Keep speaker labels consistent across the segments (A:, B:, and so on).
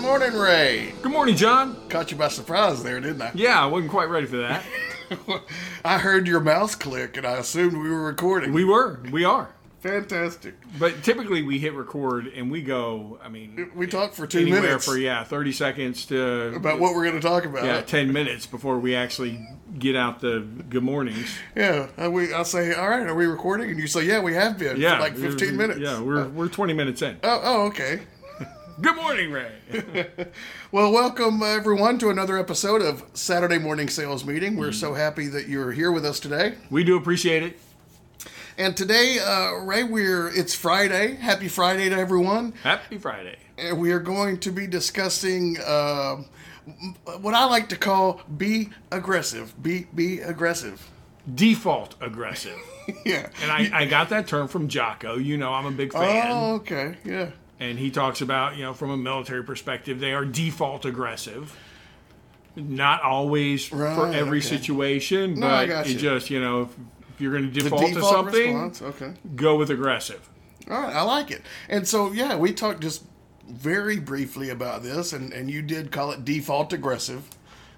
A: morning, Ray.
B: Good morning, John.
A: Caught you by surprise there, didn't I?
B: Yeah, I wasn't quite ready for that.
A: I heard your mouse click and I assumed we were recording.
B: We were, we are.
A: Fantastic.
B: But typically we hit record and we go, I mean,
A: We talked for two
B: anywhere
A: minutes
B: for, yeah, 30 seconds to
A: about what we're going to talk about.
B: yeah, 10 minutes before we actually get out the good mornings.
A: Yeah, I, we, I say, all right, are we recording? And you say, yeah, we have been
B: Yeah.
A: for like 15 minutes. Uh.
B: Yeah, we're, we're 20 minutes in.
A: Oh, oh, okay.
B: Good morning, Ray.
A: Well, welcome uh, everyone to another episode of Saturday Morning Sales Meeting.
B: Mm-hmm.
A: We're so happy that you're here with us today.
B: we do appreciate it.
A: And today, uh, Ray, we're it's Friday. Happy Friday to everyone.
B: Happy Friday.
A: And we are going to be discussing um, what I like to call "be aggressive." Be be aggressive.
B: Default aggressive.
A: yeah.
B: And I, I got that term from Jocko. You know, I'm a big fan.
A: Oh, okay. Yeah.
B: and he talks about you know from a military perspective they are default aggressive not always for
A: Right,
B: every
A: okay.
B: situation
A: I
B: but
A: got
B: it
A: you.
B: just you know if, if you're going to default to something
A: response. Okay.
B: go with aggressive
A: All right, I like it. And so, yeah, we talked just very briefly about this, and, and you did call it default aggressive.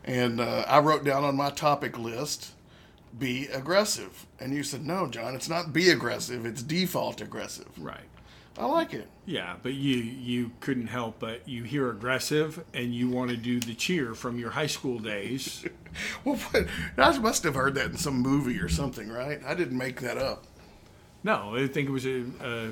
A: And uh, I wrote down on my topic list, be aggressive. And you said, no, John, it's not be aggressive, it's default aggressive.
B: right
A: I like it.
B: yeah but you you couldn't help but you hear aggressive and you want to do the cheer from your high school days
A: Well, what, I must have heard that in some movie or something, right? I didn't make that up.
B: no i think it was a, a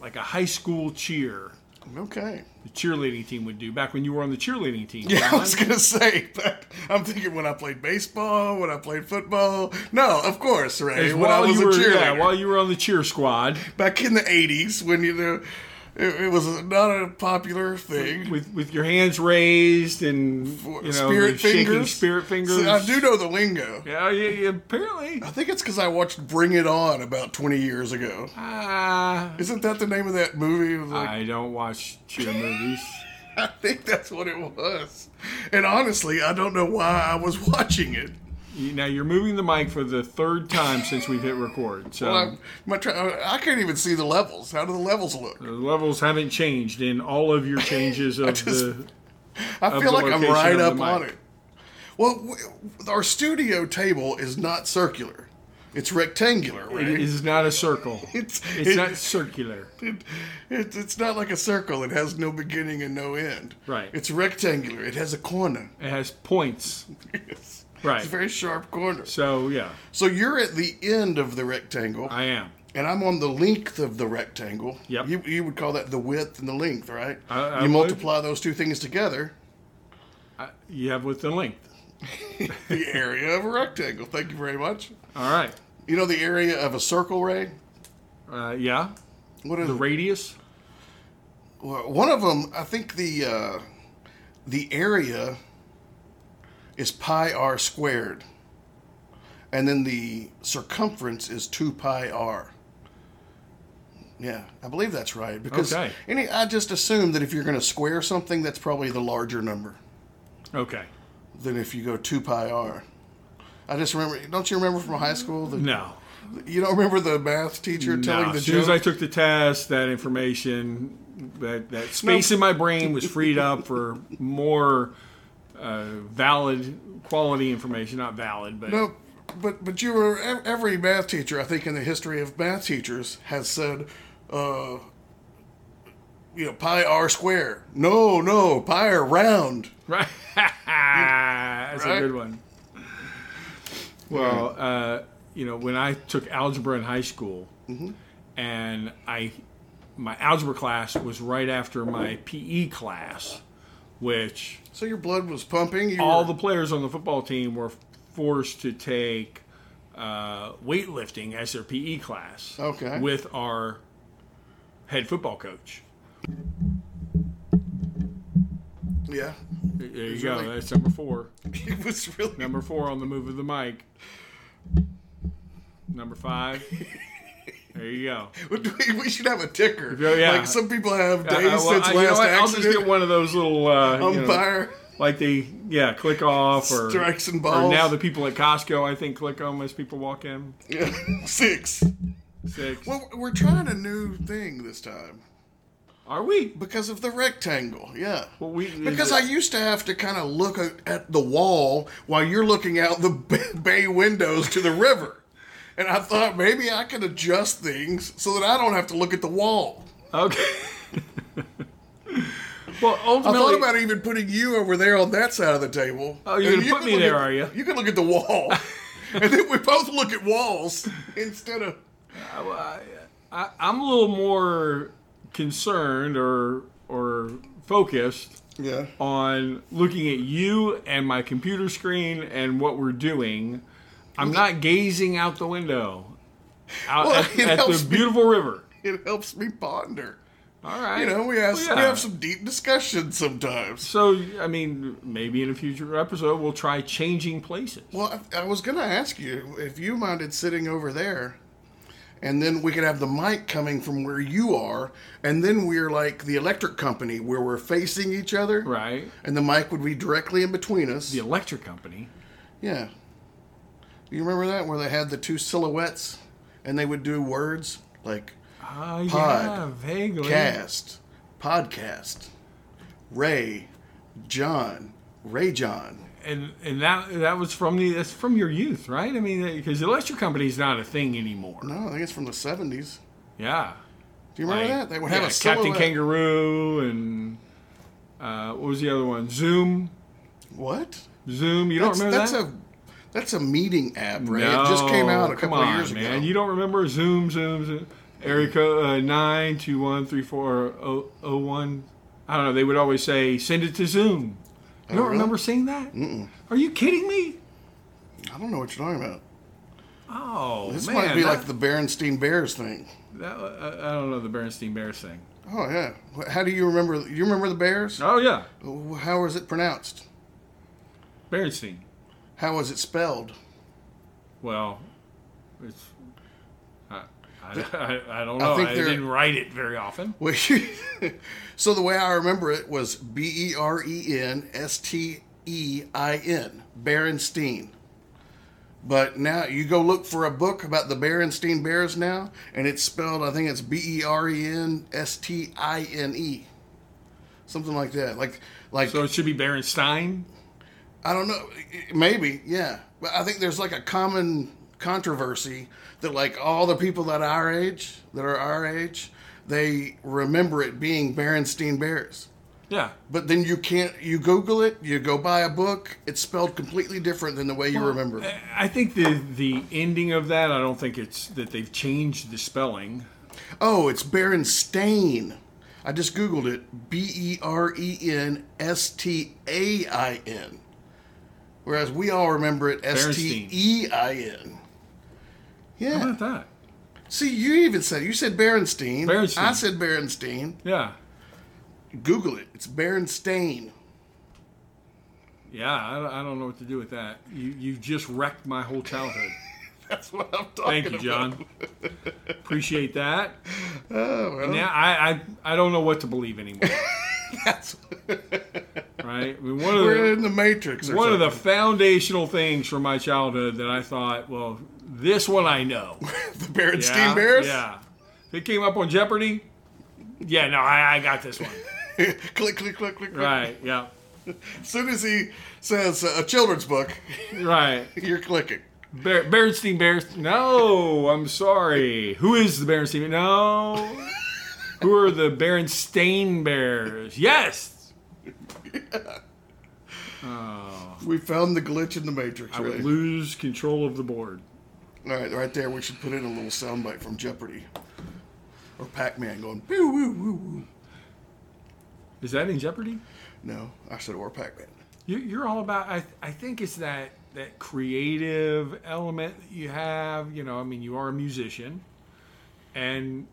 B: like a high school cheer
A: Okay.
B: the cheerleading team would do back when you were on the cheerleading team
A: Yeah, I
B: John.
A: was gonna say, but I'm thinking when I played baseball, when I played football. No, of course, right?
B: Because
A: When I
B: while
A: was
B: you
A: a
B: were,
A: cheerleader.
B: yeah, while you were on the cheer squad,
A: back in the 80s when you know it, it was not a popular thing
B: with with your hands raised and you know
A: spirit
B: the shaking
A: fingers
B: spirit fingers.
A: See, i do know the lingo
B: Yeah, yeah, yeah, apparently.
A: i think it's because i watched bring it on about 20 years ago
B: Ah,
A: isn't that the name of that movie It was like-
B: I don't watch cheer movies.
A: I think that's what it was and honestly i don't know why i was watching it
B: You- Now you're moving the mic for the third time since we've hit record, so
A: I'm, my try- I can't even see the levels. How do the levels look?
B: the levels haven't changed in all of your changes of
A: just-
B: the.
A: I
B: of
A: feel
B: the
A: like I'm
B: location
A: right up
B: of the
A: on
B: mic.
A: it. Well, w- our studio table is not circular; it's rectangular. Right?
B: It is not a circle.
A: It's-
B: It's
A: it-
B: not circular.
A: it, it, it's not like a circle. It has no beginning and no end.
B: Right.
A: It's rectangular. It has a corner.
B: It has points.
A: It's,
B: Right.
A: It's a very sharp corner.
B: So yeah,
A: So you're at the end of the rectangle,
B: I am.
A: and I'm on the length of the rectangle.
B: Yep.
A: You, you would call that the width and the length, right?
B: I- I
A: you
B: would.
A: multiply those two things together,
B: I, you have with the length.
A: the area of a rectangle. Thank you very much.
B: All right.
A: You know the area of a circle, Ray?
B: Uh, yeah.
A: What is
B: The radius.
A: Well, one of them, I think the uh, the area is pi r squared, and then the circumference is two pi r. Yeah, I believe that's right because
B: Okay.
A: any I just assume that if you're going to square something, that's probably the larger number
B: Okay.
A: than if you go two pi r. I just remember. Don't you remember from high school? The,
B: No.
A: You don't remember the math teacher telling
B: no.
A: the
B: As soon as I
A: joke?
B: took the test, that information, that, that space in my brain was freed up for more uh, valid quality information. Not valid, but
A: No, but but you were ev- every math teacher I think in the history of math teachers has said, uh, you know, pi r square. No, no, pi r round.
B: right. That's
A: Right?
B: a good one. Well, uh, you know, when I took algebra in high school,
A: Mm-hmm.
B: and I my algebra class was right after my PE class, which
A: So your blood was pumping. You
B: all
A: were-
B: the players on the football team were forced to take uh, weightlifting as their PE class.
A: Okay.
B: With our head football coach.
A: yeah,
B: There you go.
A: really-
B: That's number four.
A: it was really
B: Number four on the move of the mic. Number five. There you go.
A: we should have a ticker.
B: Yeah, yeah.
A: Like some people have
B: I- I-
A: days
B: Uh, well,
A: since
B: I- you know
A: last
B: what? I'll just
A: accident.
B: get one of those little uh, you know,
A: umpire
B: like the yeah click off or
A: strikes and
B: or
A: balls.
B: now the people at Costco I think click on as people walk in
A: six.
B: six.
A: Well, we're trying a new thing this time.
B: Are we?
A: because of the rectangle. Yeah.
B: Well, we
A: Because I used to have to kind of look a- at the wall while you're looking out the b- bay windows to the river. And I thought maybe I could adjust things so that I don't have to look at the wall.
B: okay. well,
A: I
B: ultimately,
A: thought about even putting you over there on that side of the table.
B: Oh, you're
A: And
B: gonna put
A: could
B: me
A: look
B: there,
A: at-
B: are you?
A: You can look at the wall. and then we both look at walls instead of.
B: I, I'm a little more concerned or or focused
A: Yeah.
B: on looking at you and my computer screen and what we're doing. I'm not gazing out the window out
A: Well,
B: at,
A: it
B: at
A: helps
B: the
A: me.
B: beautiful river.
A: It helps me ponder.
B: All right.
A: You know, we, ask,
B: Well,
A: we
B: yeah.
A: have some deep discussions sometimes.
B: So, I mean, maybe in a future episode we'll try changing places.
A: Well, I, I was going to ask you if you minded sitting over there, and then we could have the mic coming from where you are, and then we're like the electric company where we're facing each other,
B: Right.
A: and the mic would be directly in between us.
B: The electric company.
A: Yeah. You remember that where they had the two silhouettes, and they would do words like
B: Ah, yeah,
A: Pod.
B: vaguely.
A: cast, podcast, Ray, John, Ray John.
B: And and that that was from the that's from your youth, right? I mean, because the electric company is not a thing anymore.
A: No, I think it's from the seventies.
B: Yeah.
A: Do you remember
B: Like,
A: that? They would have
B: yeah,
A: a silhouette.
B: Captain Kangaroo and uh, what was the other one? Zoom.
A: What?
B: Zoom. You don't
A: That's,
B: remember
A: that's
B: that?
A: a that's a meeting app, right? it just came out a
B: come
A: couple
B: on,
A: of years
B: man.
A: ago.
B: You don't remember Zoom, Zoom, Zoom. Area code uh, 9213401. oh, I don't know. They would always say, send it to Zoom. You don't
A: Oh, really?
B: remember seeing that? Mm-mm. Are you kidding me?
A: I don't know what you're talking about.
B: Oh,
A: This
B: man.
A: might be
B: that-
A: like the Berenstein Bears thing.
B: that- uh, I don't know the Bernstein Bears thing.
A: Oh yeah. Wh- How do you remember? You remember the Bears?
B: Oh, yeah.
A: Wh- How is it pronounced?
B: Bernstein.
A: How is it spelled?
B: Well, it's. I, I, I, I don't know. I,
A: think they're-
B: didn't write it very often.
A: Well, so the way I remember it was B E R E N S T E I N, Berenstein. But now you go look for a book about the Berenstein Bears now, and it's spelled, I think it's B E R E N S T I N E, something like that. Like, like
B: So it should be Berenstein.
A: I don't know, maybe, yeah. But I think there's like a common controversy that like all the people that our age, that are our age, they remember it being Berenstein Bears.
B: Yeah.
A: But then you can't. You Google it. You go buy a book. It's spelled completely different than the way you remember. it.
B: I think the the ending of that. I don't think it's that they've changed the spelling.
A: Oh, it's Berenstain. I just Googled it. B E R E N S T A I N. Whereas we all remember it S T E I N.
B: How
A: Yeah.
B: about that?
A: See, you even said you said Berenstein.
B: Berenstain.
A: I said Berenstein.
B: Yeah,
A: Google it. It's Berenstain.
B: yeah. I, I don't know what to do with that. You you just wrecked my whole childhood.
A: That's what I'm talking
B: Thank you,
A: about.
B: John. Appreciate that.
A: Oh, well,
B: Now I, I I don't know what to believe anymore.
A: that's-
B: Right? I mean, one of
A: we're
B: the
A: in the Matrix. Or
B: one of
A: something.
B: the foundational things from my childhood that I thought, well, this one I know.
A: the Berenstein
B: Yeah,
A: Bears.
B: Yeah. They came up on Jeopardy. Yeah, no, I, I got this one.
A: click, click, click, click, click.
B: Right. Yeah.
A: As soon as he says uh, a children's book,
B: Right.
A: you're clicking.
B: Ber- Berenstein Bears. No, I'm sorry. Who is the Berenstein? No. Who are the Berenstain Bears? Yes.
A: We found the glitch in the Matrix.
B: I would
A: Right?
B: lose control of the board.
A: All right, right there. We should put in a little soundbite from Jeopardy or Pac-Man going boo woo woo woo.
B: Is that in Jeopardy?
A: No, I said or Pac-Man.
B: You- You're all about. I, I think it's that that creative element that you have. You know, I mean, you are a musician, and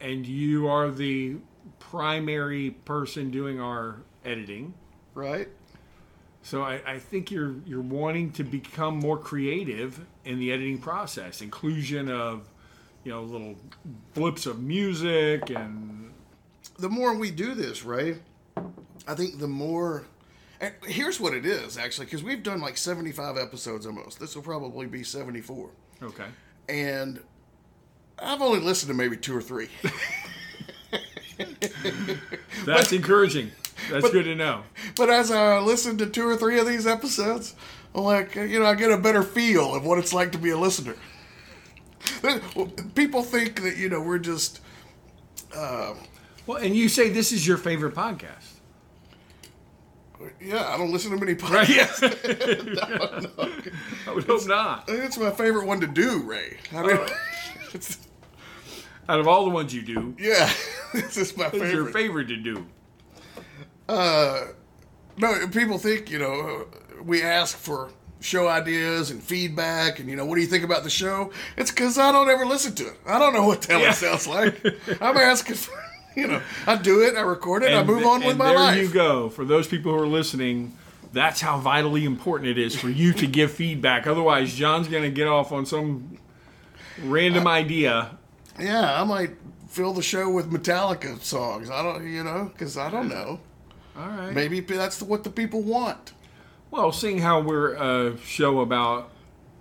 B: and you are the primary person doing our editing.
A: Right?
B: So I, I think you're you're wanting to become more creative in the editing process, inclusion of you know little blips of music and
A: the more we do this, right? I think the more. And here's what it is actually, because we've done like 75 episodes almost. This will probably be 74,
B: okay.
A: and I've only listened to maybe two or three.
B: That's encouraging. That's good to know.
A: But as I listened to two or three of these episodes, I'm like, you know, I get a better feel of what it's like to be a listener. People think that you know we're just
B: Well, and you say this is your favorite podcast.
A: yeah. I don't listen to many podcasts.
B: I would hope not.
A: It's my favorite one to do, Ray. I mean, it's,
B: Out of all the ones you do,
A: yeah, this is my
B: it's your
A: favorite.
B: favorite to do.
A: No, people think you know we ask for show ideas and feedback, and you know what do you think about the show? It's because I don't ever listen to it. I don't know what the hell
B: Yeah.
A: it sounds like. I'm asking for you know. I do it. I record it. I
B: And
A: move
B: th-
A: on with
B: and
A: my
B: there
A: life.
B: you go. For those people who are listening, that's how vitally important it is for you to give feedback. Otherwise, John's going to get off on some random idea.
A: Yeah, I might fill the show with Metallica songs. I don't, you know, because I don't know.
B: All right.
A: Maybe p- that's what the people want.
B: Well, seeing how we're a show about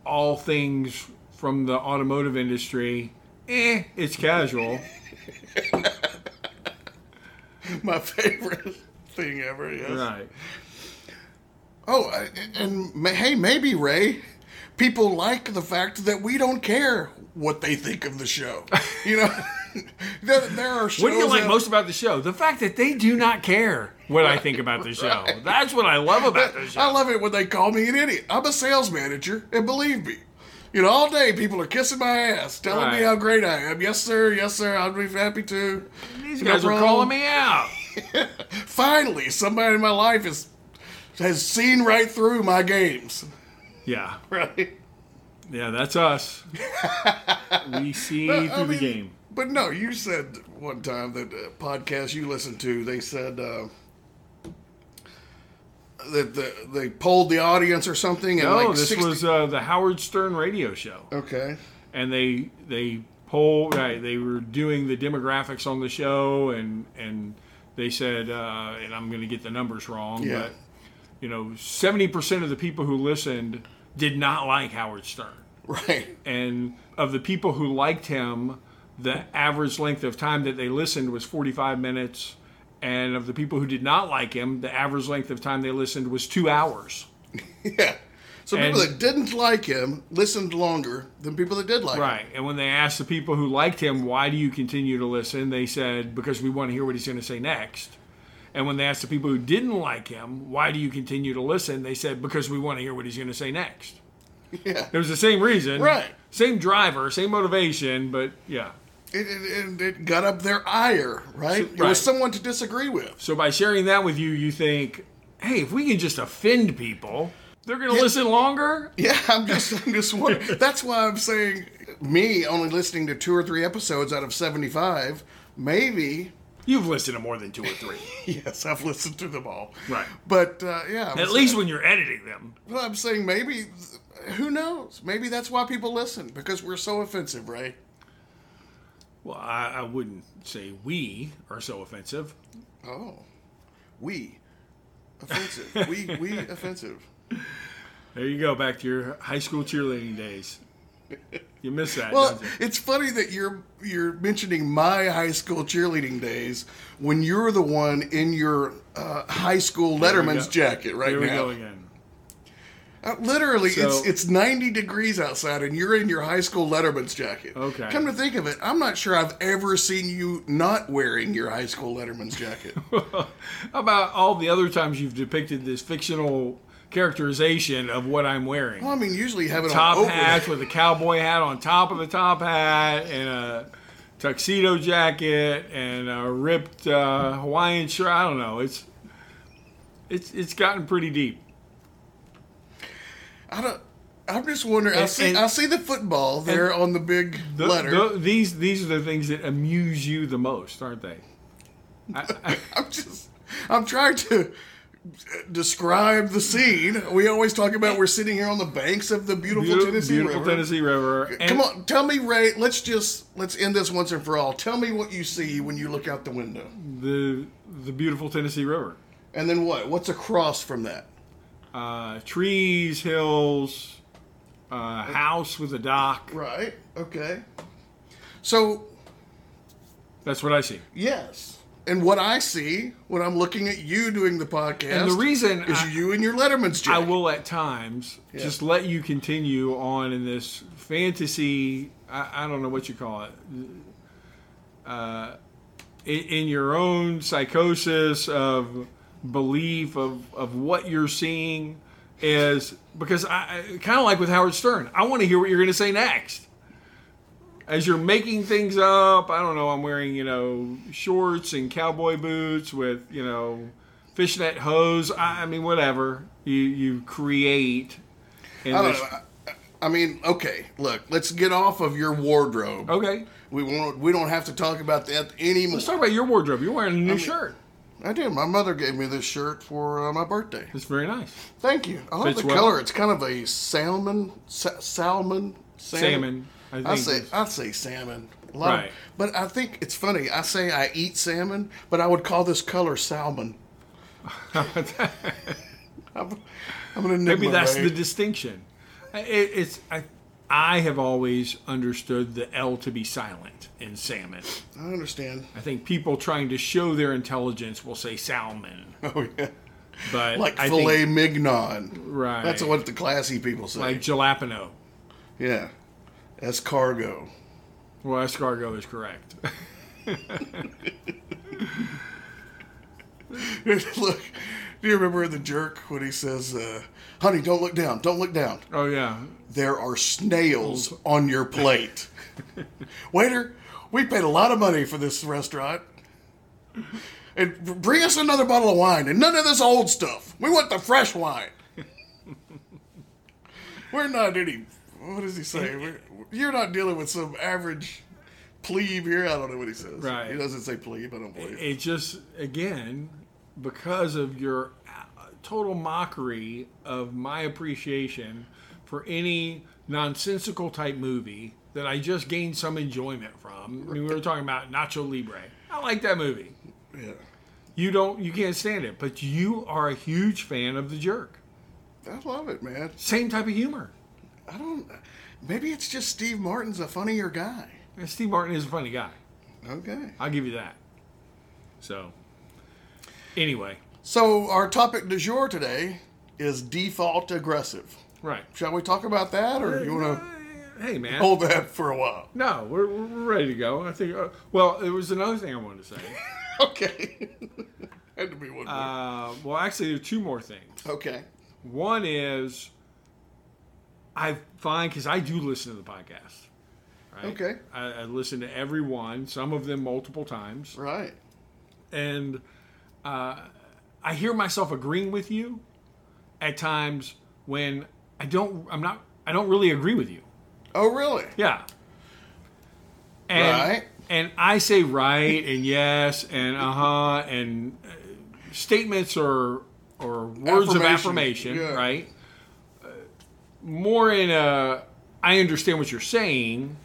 B: all things from the automotive industry, eh, it's casual.
A: My favorite thing ever. Yes.
B: right.
A: Oh, I- and ma- hey, maybe Ray, people like the fact that we don't care what they think of the show. You know, there, there are shows.
B: What do you like
A: out-
B: most about the show? The fact that they do not care what I think about the show. That's what I love about the show.
A: I love it when they call me an idiot. I'm a sales manager, and believe me, you know, all day people are kissing my ass, telling
B: Right.
A: me how great I am. Yes, sir. Yes, sir. I'd be happy to.
B: These
A: You're
B: guys are
A: wrong.
B: calling me out.
A: Finally, somebody in my life is has seen right through my games.
B: Yeah.
A: Right.
B: Yeah, that's us. we see through
A: I
B: the
A: mean-
B: game.
A: But no, you said one time that uh, podcast you listened to, they said uh, that the, they polled the audience or something, and
B: No,
A: like
B: this
A: 60
B: was uh, the Howard Stern radio show,
A: okay.
B: and they they poll right. They were doing the demographics on the show, and and they said, uh, and I'm going to get the numbers wrong,
A: Yeah.
B: but you know, seventy percent of the people who listened did not like Howard Stern.
A: Right.
B: and of the people who liked him, the average length of time that they listened was 45 minutes, and of the people who did not like him, the average length of time they listened was two hours.
A: Yeah. So people
B: And-
A: that didn't like him listened longer than people that did like him.
B: Right, and when they asked the people who liked him, why do you continue to listen? They said because we want to hear what he's going to say next. And when they asked the people who didn't like him, why do you continue to listen? They said because we want to hear what he's going to say next.
A: Yeah.
B: It was the same reason,
A: Right.
B: Same driver, same motivation, but yeah.
A: It, it, it, it got up their ire, right? It
B: right.
A: was someone to disagree with.
B: So by sharing that with you, you think, hey, if we can just offend people, they're gonna listen longer.
A: Yeah, I'm just, I'm just wondering. That's why I'm saying me only listening to two or three episodes out of 75, maybe
B: You've listened to more than two or three,
A: Yes, I've listened to them all.
B: Right.
A: But uh, yeah, I'm
B: at
A: sa-
B: least when you're editing them.
A: well, I'm saying maybe, who knows? Maybe that's why people listen because we're so offensive, Ray.
B: Well, I, I wouldn't say we are so offensive.
A: Oh, we offensive. we we offensive.
B: There you go, back to your high school cheerleading days. You miss that.
A: Well,
B: don't you?
A: it's funny that you're you're mentioning my high school cheerleading days when you're the one in your uh, high school Letterman's
B: go.
A: jacket right
B: Here we
A: now.
B: go again.
A: Uh, Literally,
B: So-
A: it's it's 90 degrees outside, and you're in your high school Letterman's jacket.
B: Okay.
A: Come to think of it, I'm not sure I've ever seen you not wearing your high school Letterman's jacket.
B: How about all the other times you've depicted this fictional characterization of what I'm wearing?
A: well, I mean, usually you have it
B: top
A: on over.
B: hat with a cowboy hat on top of the top hat and a tuxedo jacket and a ripped uh, Hawaiian shirt. I don't know. It's it's it's gotten pretty deep.
A: I don't. I'm just wondering. I
B: And-
A: see.
B: and-
A: I see the football there on the big
B: Th-
A: letter.
B: th- these these are the things that amuse you the most, aren't they?
A: I'm just. I'm trying to uh, describe the scene. We always talk about we're sitting here on the banks of the beautiful,
B: Beautiful,
A: Tennessee
B: beautiful
A: River.
B: Tennessee River. And,
A: Come on, tell me, Ray. Let's just let's end this once and for all. Tell me what you see when you look out the window,
B: the the beautiful Tennessee River.
A: and then what? What's across from that?
B: Uh, trees, hills, uh, house with a dock.
A: Right. Okay. So
B: That's what I see.
A: yes, And what I see when I'm looking at you doing the podcast
B: And the reason
A: is
B: I-
A: you in your Letterman's
B: I
A: jacket.
B: will at times just let you continue on in this fantasy. I, I don't know what you call it. Uh, in, in your own psychosis of belief of, of what you're seeing is because I kind of like with Howard Stern. I want to hear what you're going to say next. As you're making things up, I don't know. I'm wearing you know shorts and cowboy boots with you know fishnet hose. I, I mean, whatever you you create. And
A: I don't know. I- I mean, okay, look, let's get off of your wardrobe.
B: okay,
A: We won't. We don't have to talk about that anymore.
B: let's talk about your wardrobe. You're wearing a new shirt.
A: I did. My mother gave me this shirt for uh, my birthday.
B: It's very nice.
A: Thank you. I love
B: Fits
A: the
B: well.
A: color. It's kind of a salmon, sa- salmon,
B: Salmon. I
A: I
B: think.
A: say I say salmon. A lot of-
B: Right.
A: but I think it's funny. I say I eat salmon, but I would call this color salmon. I'm, I'm gonna nip
B: Maybe
A: my
B: that's
A: way.
B: the distinction. I- It, it's I, I have always understood the L to be silent in salmon.
A: I understand.
B: I think people trying to show their intelligence will say salmon,
A: Oh yeah,
B: but
A: like
B: I think-
A: filet mignon.
B: right?
A: That's what the classy people say.
B: like jalapeno.
A: yeah, escargot.
B: Well, escargot is correct.
A: look, do you remember in the jerk when he says, uh, "Honey, don't look down. Don't look down.
B: oh yeah,
A: There are snails on your plate." Waiter, we paid a lot of money for this restaurant. And b- bring us another bottle of wine and none of this old stuff. We want the fresh wine. We're not any. What does he say? We're, you're not dealing with some average plebe here. I don't know what he says.
B: Right.
A: He doesn't say plebe. I don't believe.
B: it just again because of your uh, total mockery of my appreciation for any nonsensical type movie that I just gained some enjoyment from. I mean, we were talking about Nacho Libre. I like that movie.
A: yeah.
B: You don't, you can't stand it, but you are a huge fan of The Jerk.
A: I love it, man.
B: Same type of humor.
A: I don't. Maybe it's just Steve Martin's a funnier guy.
B: And Steve Martin is a funny guy.
A: Okay.
B: I'll give you that. So, anyway,
A: So our topic du jour today is default aggressive.
B: right.
A: Shall we talk about that, or you Oh. want to
B: Hey man,
A: hold that for a while?
B: No, we're, we're ready to go. I think. Uh, well, there was another thing I wanted to say.
A: Okay. Had to be one more.
B: Uh, well, actually, there are two more things.
A: okay.
B: One is I find because I do listen to the podcast. Right?
A: Okay.
B: I, I listen to every one, some of them multiple times,
A: Right.
B: and uh, I hear myself agreeing with you at times when I don't. I'm not. I don't really agree with you.
A: Oh, really?
B: Yeah. And,
A: Right.
B: And I say right and yes and uh huh and uh, statements or or words of
A: Affirmation,
B: affirmation,
A: yeah.
B: right? Uh, more in a I understand what you're saying,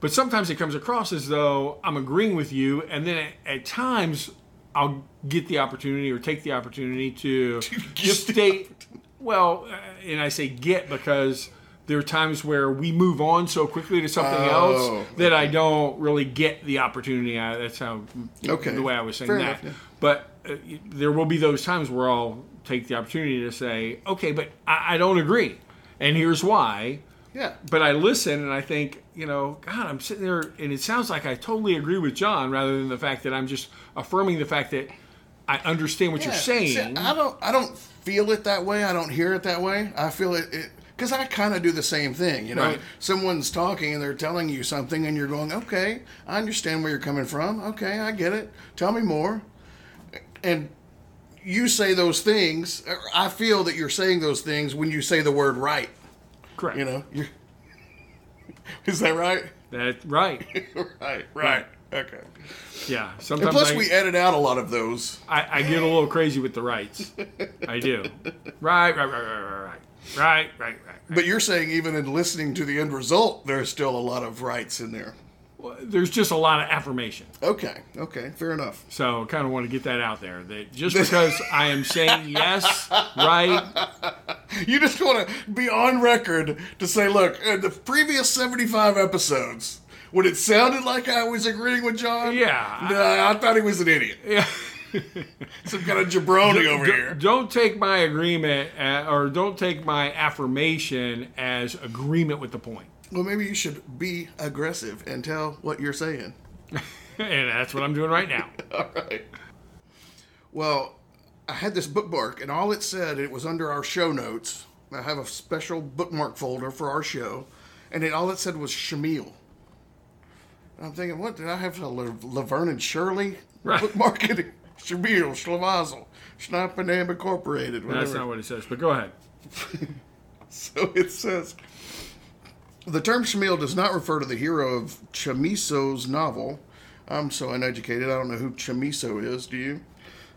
B: but sometimes it comes across as though I'm agreeing with you, and then at, at times I'll get the opportunity or take the opportunity to just
A: the
B: state. Well, uh, and I say get because there are times where we move on so quickly to something
A: Oh,
B: else that I don't really get the opportunity. I, that's how
A: Okay.
B: the way I was saying
A: Fair
B: that.
A: enough, yeah.
B: But uh, y- there will be those times where I'll take the opportunity to say, okay, but I, I don't agree, and here's why
A: Yeah.
B: but I listen and I think, you know, God, I'm sitting there and it sounds like I totally agree with John rather than the fact that I'm just affirming the fact that I understand what you're
A: Yeah.
B: saying.
A: See, I don't. I don't feel it that way. I don't hear it that way. I feel it. it because I kind of do the same thing, you know.
B: Right.
A: Someone's talking and they're telling you something, and you're going, "Okay, I understand where you're coming from. Okay, I get it. Tell me more." And you say those things. or I feel that you're saying those things when you say the word "right."
B: Correct.
A: You know, you is that right?
B: That right.
A: right, right. Okay.
B: Yeah. Sometimes
A: And plus,
B: I,
A: we edit out a lot of those.
B: I, I get a little crazy with the rights. I do. Right, right, right, right, right, right. Right, right, right.
A: But you're saying even in listening to the end result, there's still a lot of rights in there.
B: Well, There's just a lot of affirmation.
A: Okay, okay, fair enough.
B: So kind of want to get that out there that just because I am saying yes, right,
A: You just want to be on record to say, look, in the previous 75 episodes, when it sounded like I was agreeing with John,
B: Yeah.
A: no, I thought he was an idiot,
B: Yeah.
A: some kind of jabroni over
B: Don't-
A: here.
B: Don't take my agreement uh or don't take my affirmation as agreement with the point.
A: Well, maybe you should be aggressive and tell what you're saying.
B: and that's what I'm doing right now.
A: All right. Well, I had this bookmark, and all it said it was under our show notes. I have a special bookmark folder for our show, and it all it said was Shamil. And I'm thinking, what did I have a La- Laverne and Shirley
B: Right.
A: bookmarking? Shamil, Schlamazel, Schnappanam Incorporated. Whatever.
B: That's not what it says, but go ahead.
A: So it says the term Shamil does not refer to the hero of Chamiso's novel. I'm so uneducated, I don't know who Chamiso is, do you?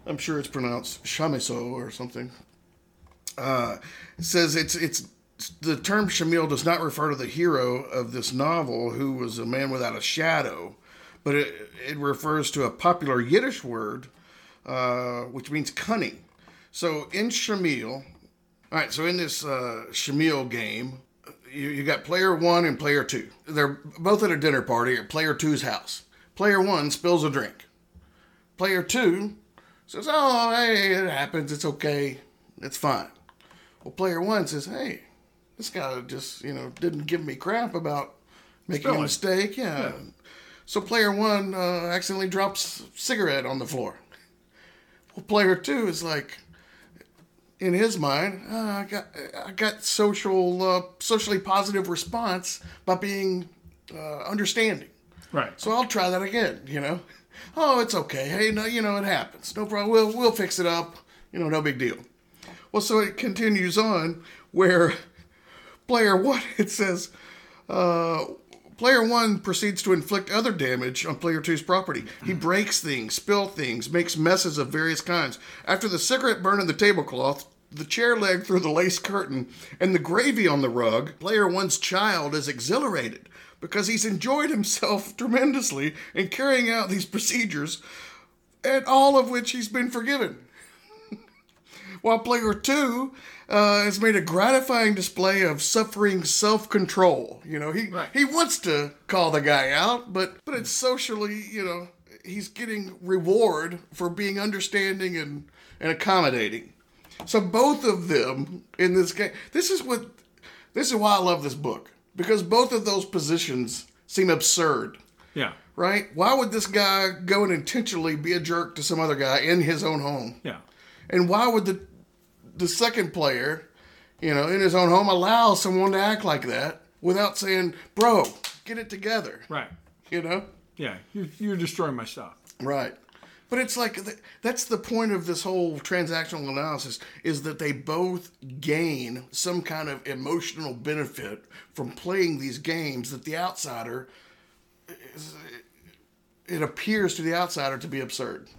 A: I'm sure it's pronounced Chamiso or something. Uh, it says it's it's the term Shamil does not refer to the hero of this novel who was a man without a shadow, but it, it refers to a popular Yiddish word uh, which means cunning. So in Shamil, all right, so in this uh, Shamil game, you, you got player one and player two. They're both at a dinner party at player two's house. Player one spills a drink. Player two says, Oh, hey, it happens. It's okay. It's fine. Well, player one says, Hey, this guy just, you know, didn't give me crap about making a
B: Spilling.
A: mistake. Yeah. So player one uh, accidentally drops cigarette on the floor. Well, player two is like, in his mind, "Ah, I got I got social uh, socially positive response by being uh, understanding.
B: Right.
A: So I'll try that again. You know, oh, it's okay. Hey, no, you know it happens. No problem. We'll we'll fix it up. You know, no big deal. Well, so it continues on where player one it says. Uh, Player one proceeds to inflict other damage on player two's property. He breaks things, spills things, makes messes of various kinds. After the cigarette burn in the tablecloth, the chair leg through the lace curtain, and the gravy on the rug, player one's child is exhilarated because he's enjoyed himself tremendously in carrying out these procedures, and all of which he's been forgiven while player two uh, has made a gratifying display of suffering self-control. You know, he
B: Right.
A: he wants to call the guy out, but but it's socially, you know, he's getting reward for being understanding and and accommodating. So both of them in this game, this is what this is why I love this book because both of those positions seem absurd.
B: Yeah.
A: Right? Why would this guy go and intentionally be a jerk to some other guy in his own home?
B: Yeah.
A: And why would the the second player, you know, in his own home allow someone to act like that without saying, "Bro, get it together."
B: Right.
A: You know?
B: Yeah. You're, you're destroying my stuff.
A: Right. But it's like th- that's the point of this whole transactional analysis is that they both gain some kind of emotional benefit from playing these games that the outsider is, it appears to the outsider to be absurd.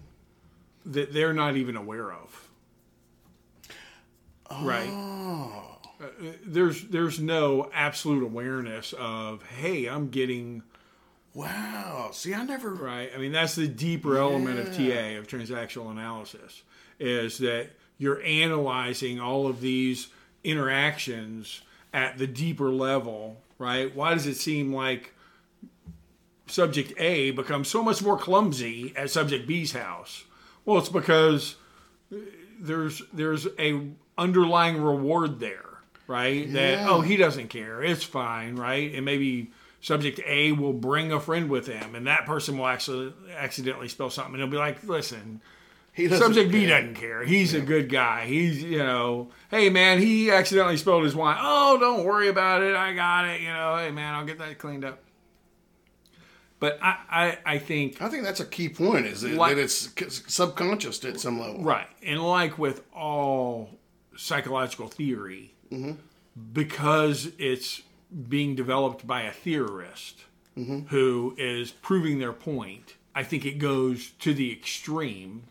B: that they're not even aware of. Right. Uh, uh, there's there's no absolute awareness of hey I'm getting
A: Wow. See, I never
B: right. I mean that's the deeper element of TA of transactional analysis is that you're analyzing all of these interactions at the deeper level. Right. Why does it seem like subject A becomes so much more clumsy at subject B's house? Well, it's because there's there's a underlying reward there, right? That
A: Yeah.
B: oh he doesn't care, it's fine, right? And maybe subject A will bring a friend with him, and that person will actually accidentally spell something, and he'll be like, listen.
A: he doesn't
B: Subject B doesn't care. He's a good guy. He's, you know, hey man, he accidentally spilled his wine. Oh, don't worry about it. I got it. You know, hey man, I'll get that cleaned up. But I, I, I think
A: I think that's a key point is that,
B: Like-
A: that it's c- subconscious at some level.
B: Right. And like with all psychological theory, because it's being developed by a theorist who is proving their point, I think it goes to the extreme.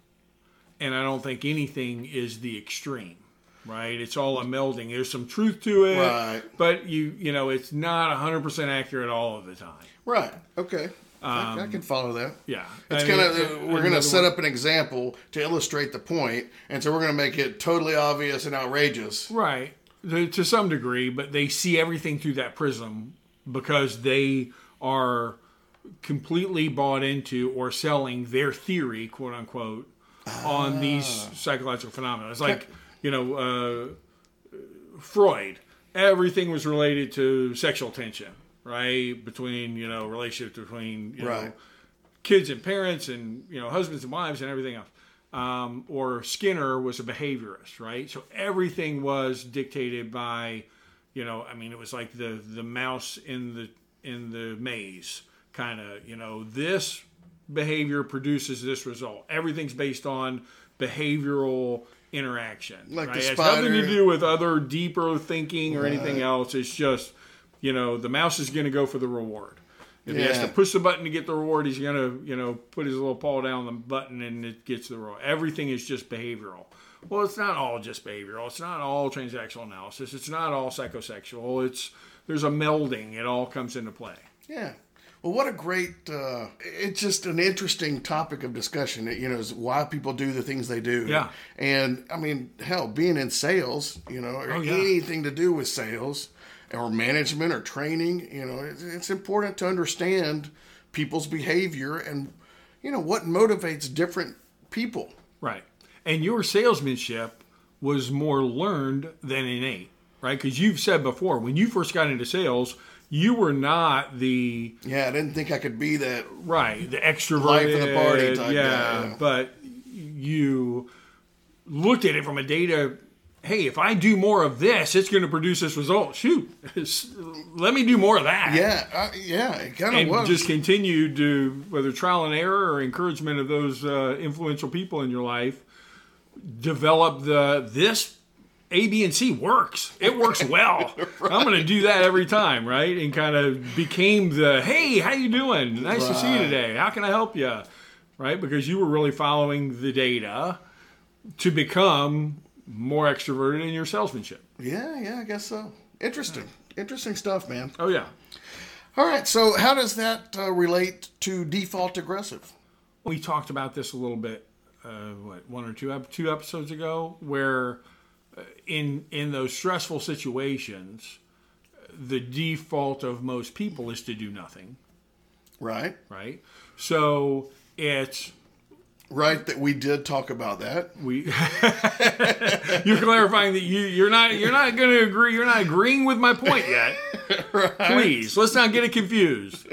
B: And I don't think anything is the extreme. Right, it's all a melding. There's some truth to it,
A: Right.
B: but you you know it's not 100% accurate all of the time.
A: Right. Okay. I- I, can follow that.
B: Um, Yeah,
A: It's
B: I mean,
A: gonna.
B: uh,
A: we're gonna
B: another
A: set
B: one-
A: up an example to illustrate the point, and so we're gonna make it totally obvious and outrageous.
B: Right. To, to some degree, but they see everything through that prism because they are completely bought into or selling their theory, quote unquote, on these psychological phenomena. It's like, you know, uh, Freud, everything was related to sexual tension, right? Between, you know, relationships between, you know,
A: Right.
B: kids and parents and, you know, husbands and wives and everything else. Um, or Skinner was a behaviorist, right? So everything was dictated by, you know, I mean, it was like the the mouse in the in the maze kind of, you know, this behavior produces this result. Everything's based on behavioral interaction.
A: Like the
B: right? It has nothing to
A: spider-
B: do with other deeper thinking or anything else. It's just, you know, the mouse is going to go for the reward. If he has to
A: Yeah.
B: push the button to get the reward, he's going to, you know, put his little paw down the button and it gets the reward. Everything is just behavioral. Well, it's not all just behavioral. It's not all transactional analysis. It's not all psychosexual. It's there's a melding. It all comes into play.
A: Yeah. Well, what a great, uh, it's just an interesting topic of discussion, you know, is why people do the things they do.
B: Yeah.
A: And I mean, hell, being in sales, you know, or
B: Oh, yeah.
A: anything to do with sales or management or training, you know, it's, it's important to understand people's behavior and, you know, what motivates different people.
B: Right. And your salesmanship was more learned than innate, right? Because you've said before, when you first got into sales, you were not the
A: Yeah. I didn't think I could be that.
B: right the extroverted
A: Life of the party type
B: yeah,
A: guy, yeah.
B: but you looked at it from a data. Hey, if I do more of this, it's going to produce this result. Shoot, let me do more of that
A: Yeah. I, yeah. It kind of
B: and
A: was.
B: just continue to whether trial and error or encouragement of those uh, influential people in your life develop the this a b and c works it works well i'm going to do that every time right and kind of became the hey how you doing nice to see you
A: Right.
B: today how can i help you right because you were really following the data to become more extroverted in your salesmanship
A: yeah. Yeah. I guess so. Interesting. Interesting stuff, man.
B: oh yeah
A: All right. So, how does that uh, relate to default aggressive?
B: we talked about this a little bit uh, what one or two ep- two episodes ago where uh, in in those stressful situations the default of most people is to do nothing
A: Right.
B: right so it's
A: Right. That we did talk about that.
B: we you're clarifying that you you're not you're not going to agree you're not agreeing with my point yet please let's not get it confused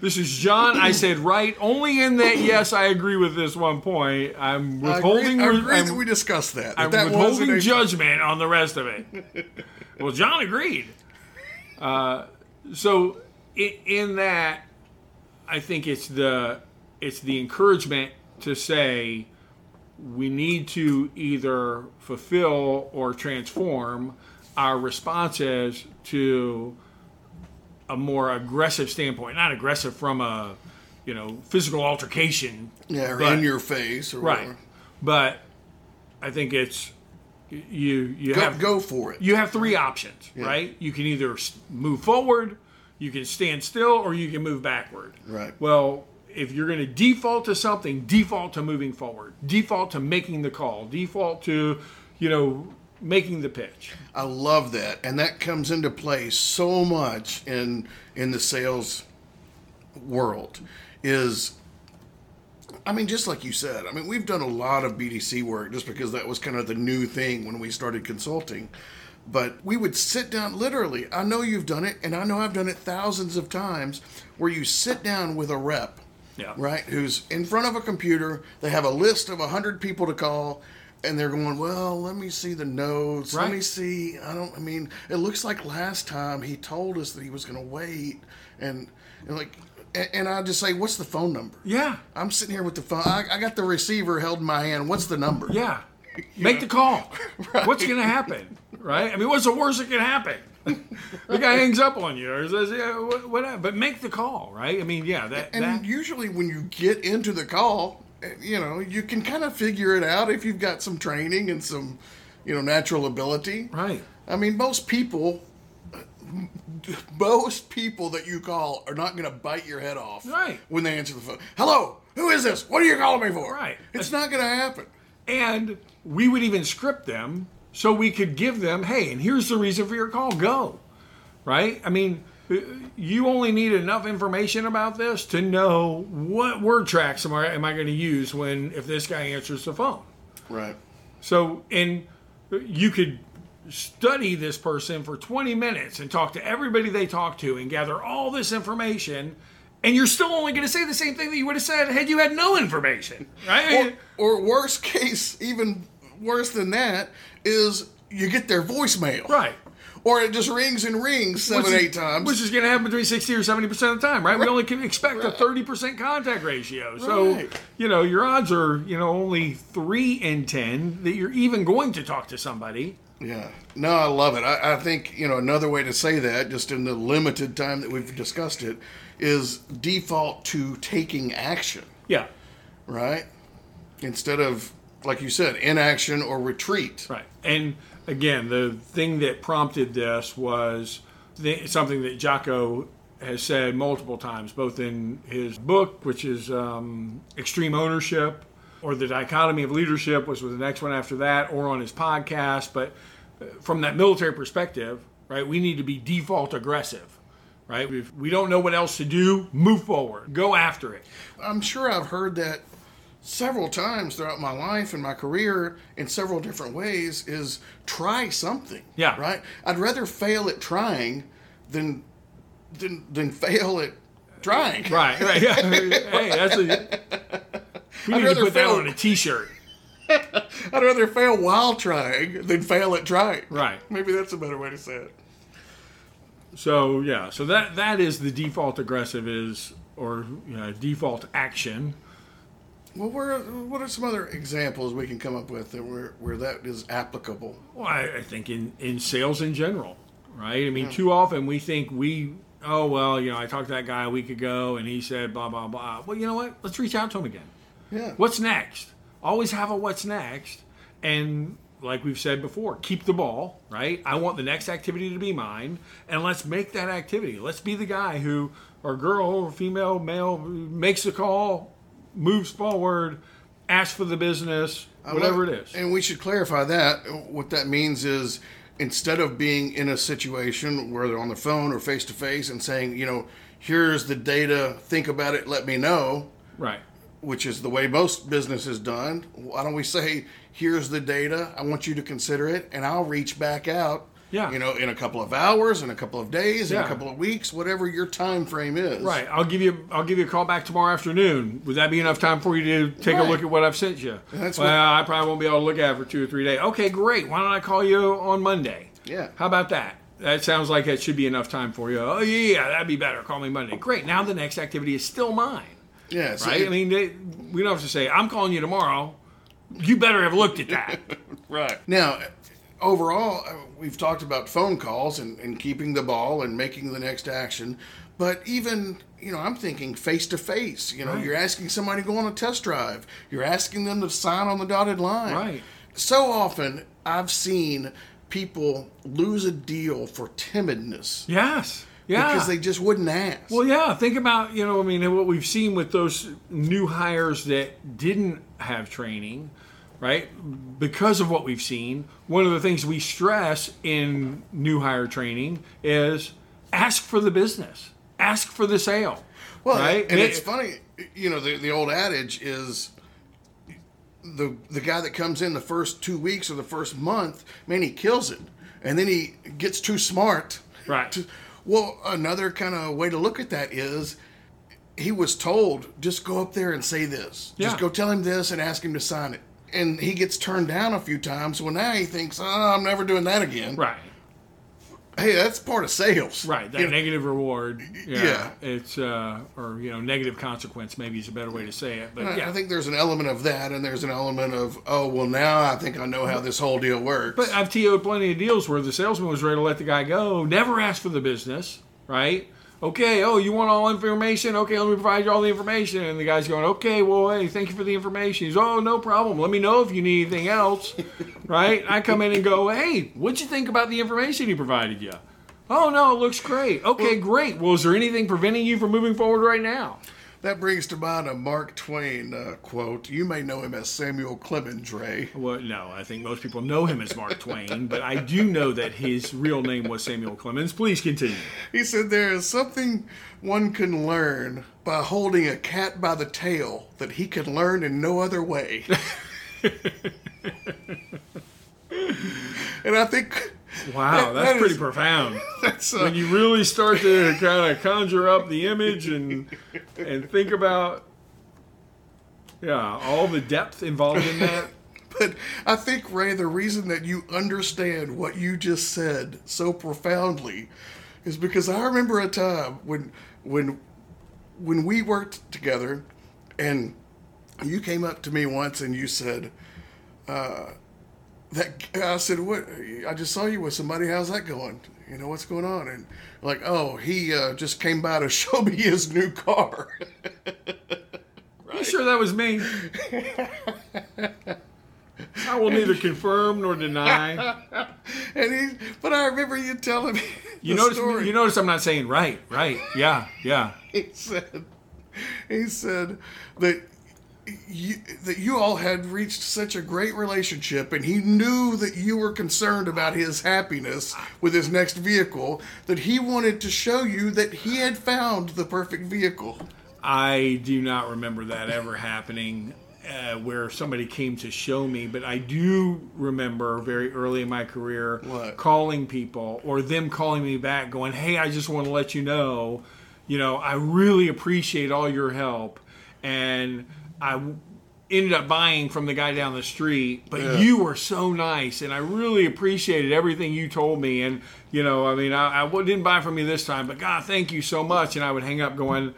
B: this is john i said right only in that yes i agree with this one point i'm
A: I agree,
B: withholding
A: I agree
B: I'm-
A: that we discussed that.
B: I'm
A: that was
B: withholding
A: an-
B: judgment on the rest of it. well, John agreed. Uh, so in, in that, I think it's the it's the encouragement to say we need to either fulfill or transform our responses to a more aggressive standpoint. Not aggressive from a you know physical altercation
A: yeah, or
B: but-
A: in your face, or
B: Right.
A: whatever.
B: But I think it's you you
A: Go,
B: have
A: go for it.
B: you have three options, right? You can either s- move forward, you can stand still, or you can move backward.
A: Right.
B: Well, if you're going to default to something, default to moving forward, default to making the call, default to, you know, making the pitch.
A: I love that, and that comes into play so much in in the sales world. Is I mean, just like you said, I mean, we've done a lot of BDC work just because that was kind of the new thing when we started consulting. But we would sit down, literally, I know you've done it, and I know I've done it thousands of times, where you sit down with a rep,
B: Yeah.
A: right, who's in front of a computer, they have a list of 100 people to call, and they're going, well, let me see the notes, let me
B: Right.
A: see, I don't, I mean, it looks like last time he told us that he was going to wait, and, and like, and, and I just say, what's the phone number?
B: Yeah.
A: I'm sitting here with the phone. I, I got the receiver held in my hand. What's the number?
B: Yeah. Make the call. What's going to happen? Right? I mean, what's the worst that can happen? the guy hangs up on you or says, yeah, wha- whatever. But make the call, right? I mean, yeah, that.
A: And
B: that
A: usually, when you get into the call, eh, you know you can kind of figure it out if you've got some training and some, you know, natural ability.
B: right.
A: I mean, most people, most people that you call are not going to bite your head off.
B: Right.
A: When they answer the phone, hello, who is this? What are you calling me for?
B: Right.
A: It's not going to happen.
B: And we would even script them so we could give them, hey, and here's the reason for your call, go. Right? I mean, uh, you only need enough information about this to know what word tracks am I, am I going to use when if this guy answers the phone.
A: Right.
B: So and you could study this person for 20 minutes and talk to everybody they talk to and gather all this information and you're still only going to say the same thing that you would have said had you had no information right
A: Or, or worst case, even worse than that, is you get their voicemail.
B: right
A: Or it just rings and rings seven,
B: Which is-
A: eight times.
B: which is going to happen between 60 or 70 percent of the time right, we only can expect a 30 percent contact ratio so
A: Right.
B: you know your odds are you know only three in ten that you're even going to talk to somebody
A: yeah. No, I love it. I, I think, you know, another way to say that, just in the limited time that we've discussed it, is default to taking action,
B: yeah
A: right? Instead of, like you said, inaction or retreat.
B: Right. And again, the thing that prompted this was the, something that Jocko has said multiple times, both in his book, which is um, Extreme Ownership, or The Dichotomy of Leadership, which was the next one after that, or on his podcast. But uh, from that military perspective, right, we need to be default aggressive. Right? If we don't know what else to do, move forward. Go after it.
A: I'm sure I've heard that several times throughout my life and my career in several different ways is try something.
B: Yeah.
A: Right? I'd rather fail at trying than than than fail at trying.
B: Right, right. Yeah. hey, that's a. We need to
A: rather
B: put that
A: fail-
B: on a t shirt.
A: I'd rather fail while trying than fail at trying.
B: Right.
A: Maybe that's a better way to say it.
B: So yeah, so that that is the default aggressive is or you know, default action.
A: Well, where, what are some other examples we can come up with that where, where that is applicable?
B: Well, I, I think in in sales in general, right? I mean, too often we think we oh well, you know, I talked to that guy a week ago and he said blah blah blah. Well, you know what? Let's reach out to him again.
A: Yeah.
B: What's next? Always have a what's next, and like we've said before, keep the ball right. I want the next activity to be mine, and let's make that activity. Let's be the guy who or girl or female male who makes the call, moves forward, asks for the business, whatever it is.
A: And we should clarify that. What that means is instead of being in a situation where they're on the phone or face to face and saying, you know, here's the data, think about it, let me know,
B: Right.
A: which is the way most business is done, why don't we say, here's the data, I want you to consider it, and I'll reach back out.
B: Yeah.
A: You know, in a couple of hours, in a couple of days, in
B: Yeah.
A: a couple of weeks, whatever your time frame is.
B: Right. I'll give you. I'll give you a call back tomorrow afternoon. Would that be enough time for you to take a
A: Right.
B: look at what I've sent you?
A: That's
B: well,
A: what-
B: I probably won't be able to look at it for two or three days. Okay, great. Why don't I call you on Monday?
A: Yeah.
B: How about that? That sounds like that should be enough time for you. Oh yeah, yeah, that'd be better. Call me Monday. Great. Now the next activity is still mine.
A: Yeah. so
B: Right.
A: it-
B: I mean, they, we don't have to say I'm calling you tomorrow. You better have looked at that.
A: Right. Now, overall, uh, we've talked about phone calls and, and keeping the ball and making the next action. But even, you know, I'm thinking face to face. You know,
B: Right.
A: you're asking somebody to go on a test drive, you're asking them to sign on the dotted line.
B: Right.
A: So often, I've seen people lose a deal for timidness
B: yes. Yeah.
A: because they just wouldn't ask.
B: Well, yeah. Think about you know, I mean, what we've seen with those new hires that didn't have training, right? Because of what we've seen, one of the things we stress in new hire training is ask for the business, ask for the sale.
A: Well,
B: right?
A: and
B: It-
A: it's funny, you know, the, the old adage is the the guy that comes in the first two weeks or the first month, man, he kills it, and then he gets too smart.
B: Right.
A: to- well, another kind of way to look at that is he was told just go up there and say this,
B: Yeah.
A: just go tell him this and ask him to sign it, and he gets turned down a few times. Well, now he thinks, oh, I'm never doing that again.
B: right,
A: Hey, that's part of sales.
B: right. That
A: You know,
B: negative reward. Yeah,
A: Yeah.
B: It's uh, or you know, negative consequence. Maybe is a better way to say it. But
A: I-
B: yeah,
A: I think there's an element of that, and there's an element of, oh, well, now I think I know how this whole deal works.
B: But I've TO'd plenty of deals where the salesman was ready to let the guy go, never asked for the business, right? Okay, oh, you want all information? Okay, let me provide you all the information. And the guy's going, okay, well, hey, thank you for the information. He's, oh, no problem. Let me know if you need anything else, right? I come in and go, hey, what'd you think about the information he provided you? Oh, no, it looks great. Okay, great. Well, is there anything preventing you from moving forward right now?
A: That brings to mind a Mark Twain uh, quote. You may know him as Samuel Clemens Ray.
B: Well, no, I think most people know him as Mark Twain, but I do know that his real name was Samuel Clemens. Please continue.
A: He said there is something one can learn by holding a cat by the tail that he can learn in no other way. and I think
B: Wow,
A: That-
B: that's
A: that
B: pretty
A: is-
B: profound.
A: that's uh,
B: When you really start to kind of conjure up the image and and think about yeah, all the depth involved in that.
A: But I think, Ray, the reason that you understand what you just said so profoundly is because I remember a time when when when we worked together and you came up to me once and you said, uh, that I said, what? I just saw you with somebody. How's that going? You know, what's going on? And like, oh, he uh, just came by to show me his new car.
B: You sure that was me? I will neither confirm nor deny.
A: and he, but I remember you telling me
B: You
A: the
B: notice
A: story.
B: you notice I'm not saying right, right. Yeah, yeah.
A: he said he said that you, that you all had reached such a great relationship and he knew that you were concerned about his happiness with his next vehicle that he wanted to show you that he had found the perfect vehicle
B: I do not remember that ever happening uh, where somebody came to show me, but I do remember very early in my career
A: What?
B: calling people or them calling me back going, Hey, I just want to let you know, you know, I really appreciate all your help. And I w- ended up buying from the guy down the street, but
A: Yeah.
B: you were so nice and I really appreciated everything you told me. And, you know, I mean, I, I w- didn't buy from you this time, but God, thank you so much. And I would hang up going,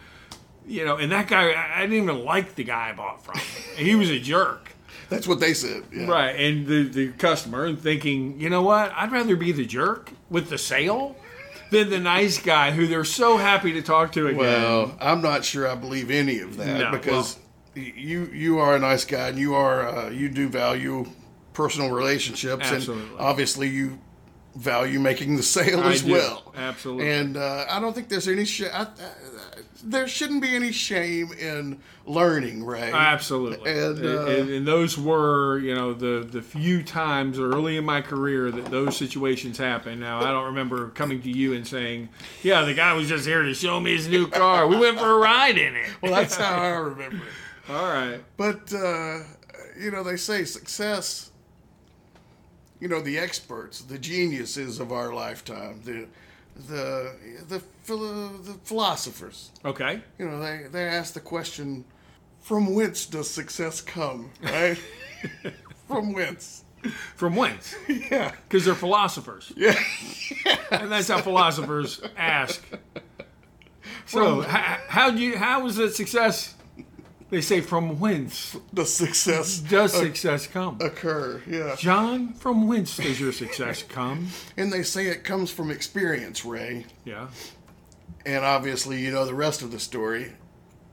B: you know, and that guy, I I didn't even like the guy I bought from. He was a jerk.
A: that's what they said yeah.
B: Right. And the, the customer thinking, you know what? I'd rather be the jerk with the sale than the nice guy who they're so happy to talk to again.
A: well i'm not sure i believe any of that
B: No,
A: because y you you are a nice guy and you are uh, you do value personal relationships
B: Absolutely.
A: and obviously you value making the sale
B: I
A: as
B: do.
A: well
B: Absolutely.
A: And uh, I don't think there's any sh- I, I, there shouldn't be any shame in learning, Ray.
B: Absolutely.
A: And,
B: And,
A: uh,
B: and, and those were, you know, the, the few times early in my career that those situations happened. Now, I don't remember coming to you and saying, yeah, the guy was just here to show me his new car. We went for a ride in it.
A: well, that's how I remember it.
B: All right.
A: But uh, you know, they say success. You know, the experts, the geniuses of our lifetime, the the the philo- the philosophers.
B: Okay.
A: You know, they they ask the question, from whence does success come? Right? from whence?
B: From whence?
A: Yeah.
B: Because they're philosophers.
A: Yeah.
B: and that's how philosophers ask. So, h- how do you? How was it success? They say, from whence
A: Does success
B: does success come?
A: occur? Yeah.
B: John, from whence does your success come?
A: And they say it comes from experience, Ray.
B: Yeah,
A: And obviously, you know the rest of the story.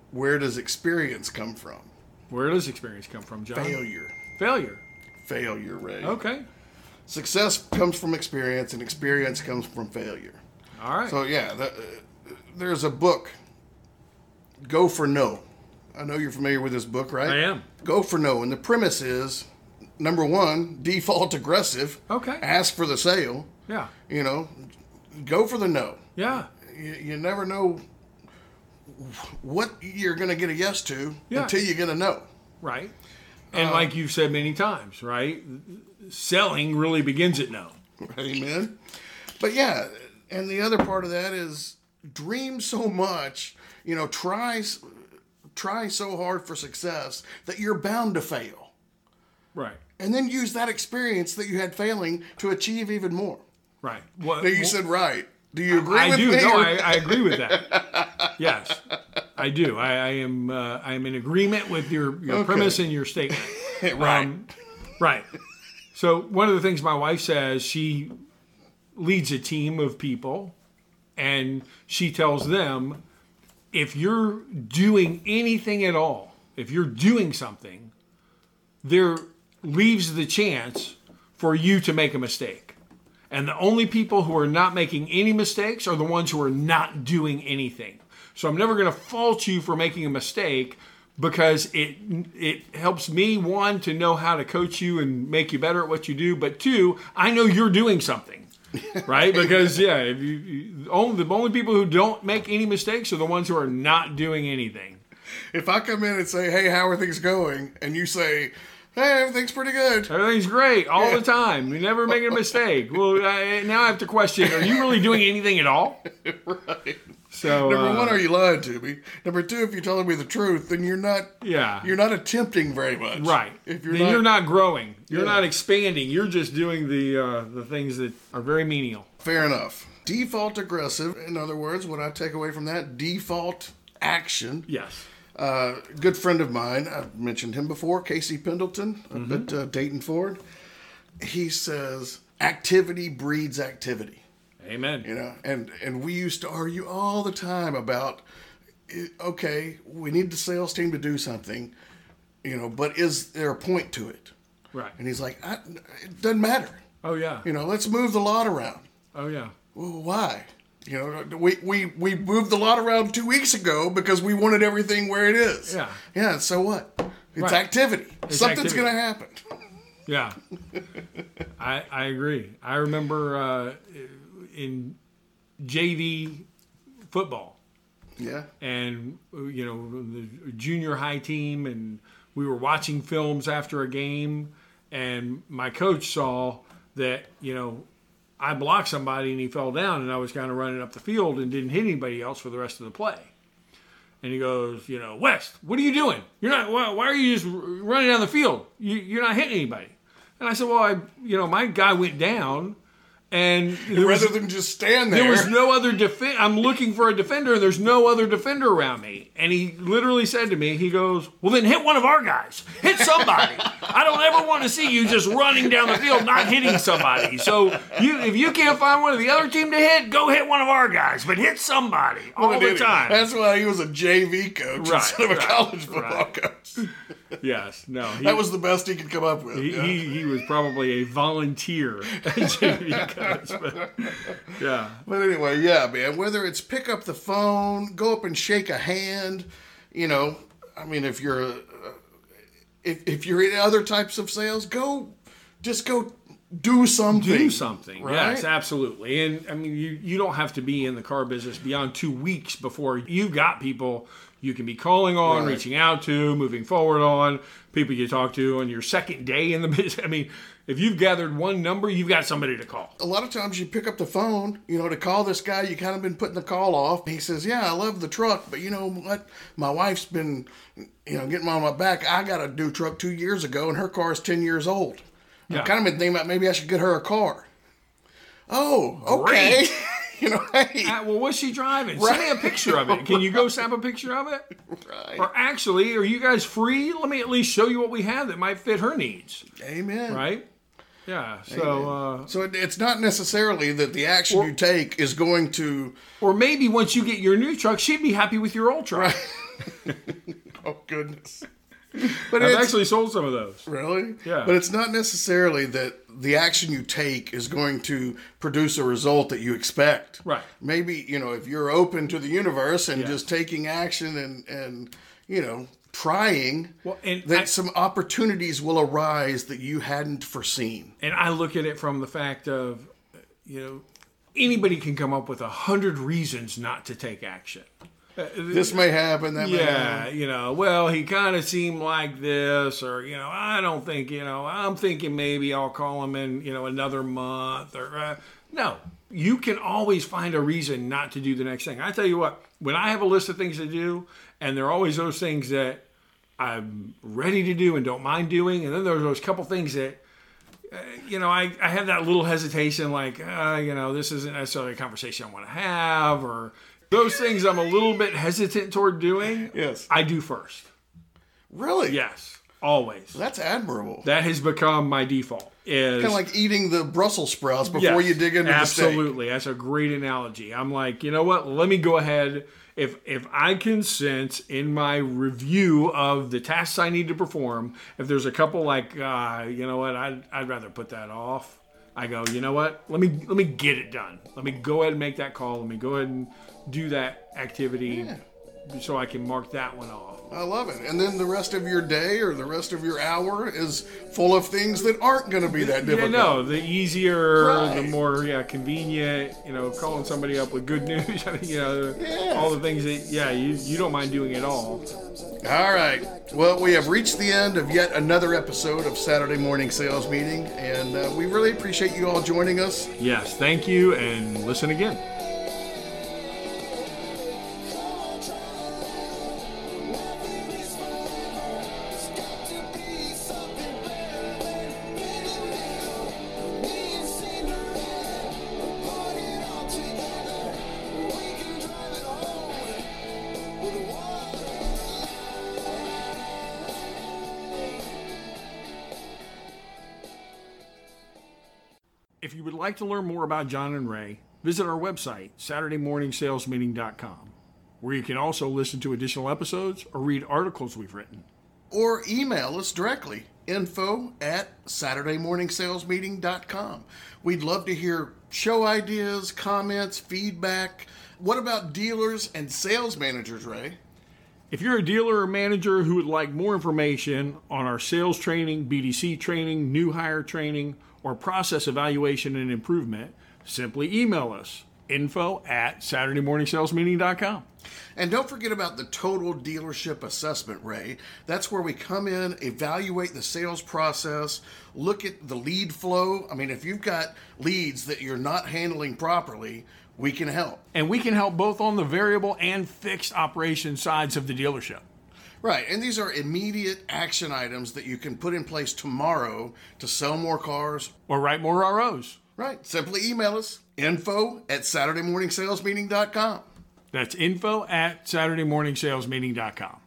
A: Where does experience come from?
B: where does experience come from, John?
A: Failure.
B: Failure.
A: Failure, Ray.
B: Okay.
A: Success comes from experience, and experience comes from failure.
B: All right.
A: So, yeah, the, uh, there's a book, Go for No. I know you're familiar with this book, right?
B: I am.
A: Go for No. And the premise is number one, default aggressive.
B: Okay.
A: Ask for the sale.
B: yeah.
A: You know, go for the no.
B: Yeah.
A: you, you never know what you're going to get a yes to
B: Yeah.
A: until you get a no.
B: Right. And
A: Uh,
B: like you've said many times, right? Selling really begins at no.
A: Amen. But yeah, and the other part of that is dream so much, you know, try s- try so hard for success that you're bound to fail.
B: Right.
A: And then use that experience that you had failing to achieve even more.
B: Right. What?
A: Now you said right. Do you agree
B: I
A: with
B: do.
A: me?
B: No,
A: or-
B: I, I agree with that. yes, I do. I, I am. Uh, I am in agreement with your, your premise and your statement. Um,
A: right.
B: right. So one of the things my wife says, she leads a team of people, and she tells them, if you're doing anything at all, if you're doing something, there leaves the chance for you to make a mistake. And the only people who are not making any mistakes are the ones who are not doing anything. So I'm never going to fault you for making a mistake because it it helps me one to know how to coach you and make you better at what you do, but two, I know you're doing something. right? Because yeah, if you, you only, the only people who don't make any mistakes are the ones who are not doing anything.
A: If I come in and say, "Hey, how are things going?" and you say, "Hey, everything's pretty good,"
B: Everything's great all the time. You never make a mistake. well, I, now I have to question: Are you really doing anything at all?
A: right?
B: So
A: Number
B: uh,
A: one, are you lying to me? Number two, if you're telling me the truth, then you're not
B: yeah,
A: you're not attempting very much,
B: right.
A: If you're
B: Then
A: not,
B: you're not growing. You're
A: Yeah.
B: not expanding. You're just doing the uh, the things that are very menial.
A: fair enough. Default aggressive, in other words, what I take away from that default action.
B: Yes.
A: Uh, good friend of mine, I've mentioned him before, Casey Pendleton up at uh, Dayton Ford. He says activity breeds activity.
B: Amen.
A: you know and and we used to argue all the time about i- okay we need the sales team to do something you know but is there a point to it
B: Right.
A: and he's like I, it doesn't matter
B: Oh yeah.
A: you know let's move the lot around
B: Oh yeah.
A: well why you know we, we we moved the lot around two weeks ago because we wanted everything where it is
B: Yeah.
A: yeah so what it's
B: Right.
A: activity something's
B: activity.
A: gonna happen
B: Yeah, I I agree. I remember uh, in JV football,
A: yeah
B: and you know the junior high team, and we were watching films after a game, and my coach saw that you know I blocked somebody and he fell down, and I was kind of running up the field and didn't hit anybody else for the rest of the play. And he goes, you know, West, what are you doing? You're not. Why, why are you just r- running down the field? You, you're not hitting anybody. And I said, well, I, you know, my guy went down, and there was,
A: rather than just stand there,
B: there was no other defend. I'm looking for a defender, and there's no other defender around me. And he literally said to me, he goes, well, then hit one of our guys. Hit somebody. I don't ever want to see you just running down the field not hitting somebody. So you, if you can't find one of the other team to hit, go hit one of our guys, but hit somebody all the
A: Did he?
B: time.
A: That's why he was a JV coach
B: Right,
A: instead of a
B: right,
A: college football
B: right.
A: coach.
B: Yes, no. He,
A: That was the best he could come up with.
B: he,
A: yeah.
B: he, he was probably a volunteer JV coach, but- yeah,
A: but anyway, yeah, man. Whether it's pick up the phone, go up and shake a hand, you know, I mean, if you're uh, if if you're in other types of sales, go just go do something.
B: do something.
A: right?
B: Yes, absolutely. And I mean, you you don't have to be in the car business beyond two weeks before you've got people you can be calling on,
A: Right.
B: reaching out to, moving forward on, people you talk to on your second day in the business. I mean, if you've gathered one number, you've got somebody to call.
A: A lot of times you pick up the phone, you know, to call this guy. You kind of been putting the call off. He says, "Yeah, I love the truck, but you know what? My wife's been, you know, getting on my back. I got a new truck two years ago, and her car is ten years old.
B: Yeah.
A: I've kind of been thinking about maybe I should get her a car. Oh, okay. you know, hey,
B: Ah, well, what's she driving? Send me a picture of it. Can you go snap a picture of it?
A: right.
B: Or actually, are you guys free? Let me at least show you what we have that might fit her needs,
A: Amen.
B: right? Yeah. So, uh,
A: So it, it's not necessarily that the action you take is going to.
B: or maybe once you get your new truck, she'd be happy with your old truck.
A: Oh goodness. But
B: I've
A: it's,
B: actually sold some of those.
A: Really?
B: Yeah.
A: But it's not necessarily that the action you take is going to produce a result that you expect.
B: Right.
A: Maybe, you know, if you're open to the universe and just taking action and, and you know, trying,
B: Well, and
A: that
B: I-
A: some opportunities will arise that you hadn't foreseen.
B: And I look at it from the fact of, you know, anybody can come up with a hundred reasons not to take action.
A: This may happen, that may happen.
B: Yeah, you know, well, he kind of seemed like this, or you know, I don't think, you know, I'm thinking maybe I'll call him in, you know, another month, or uh, no, you can always find a reason not to do the next thing. I tell you what, when I have a list of things to do, and there are always those things that I'm ready to do and don't mind doing, and then there's those couple things that. uh, You know, I, I have that little hesitation, like, uh, you know, this isn't necessarily a conversation I want to have, or those things I'm a little bit hesitant toward doing.
A: Yes.
B: I do first.
A: Really?
B: Yes, always.
A: That's admirable.
B: That has become my default. Is
A: Kind of like eating the Brussels sprouts before
B: Yes,
A: you dig into the steak.
B: absolutely. That's a great analogy. I'm like, you know what? Let me go ahead. If if I can sense in my review of the tasks I need to perform, if there's a couple like, uh, you know what, I'd, I'd rather put that off. I go, you know what? Let me let me get it done. Let me go ahead and make that call. Let me go ahead and do that activity so I can mark that one off.
A: I love it. And then the rest of your day or the rest of your hour is full of things that aren't going to be that
B: Yeah,
A: difficult.
B: no, the easier, the
A: Right.
B: more yeah, convenient. You know, calling somebody up with good news. I mean, you know,
A: Yeah.
B: all the things that yeah, you you don't mind doing at all.
A: All right. Well, we have reached the end of yet another episode of Saturday Morning Sales Meeting, and uh, we really appreciate you all joining us.
B: Yes, thank you, and listen again. If you would like to learn more about John and Ray, visit our website, SaturdayMorningSalesMeeting.com, where you can also listen to additional episodes or read articles we've written.
A: Or email us directly info at SaturdayMorningSalesMeeting.com. We'd love to hear show ideas, comments, feedback. What about dealers and sales managers, Ray?
B: If you're a dealer or manager who would like more information on our sales training, BDC training, new hire training, or process evaluation and improvement, simply email us info at SaturdayMorningSalesMeeting.com.
A: And don't forget about the total dealership assessment, Ray. That's where we come in, evaluate the sales process, look at the lead flow. I mean, if you've got leads that you're not handling properly, we can help.
B: And we can help both on the variable and fixed operation sides of the dealership.
A: Right. And these are immediate action items that you can put in place tomorrow to sell more cars.
B: Or write more ROs.
A: Right. Simply email us info at SaturdayMorningSalesMeeting.com.
B: That's info at SaturdayMorningSalesMeeting.com.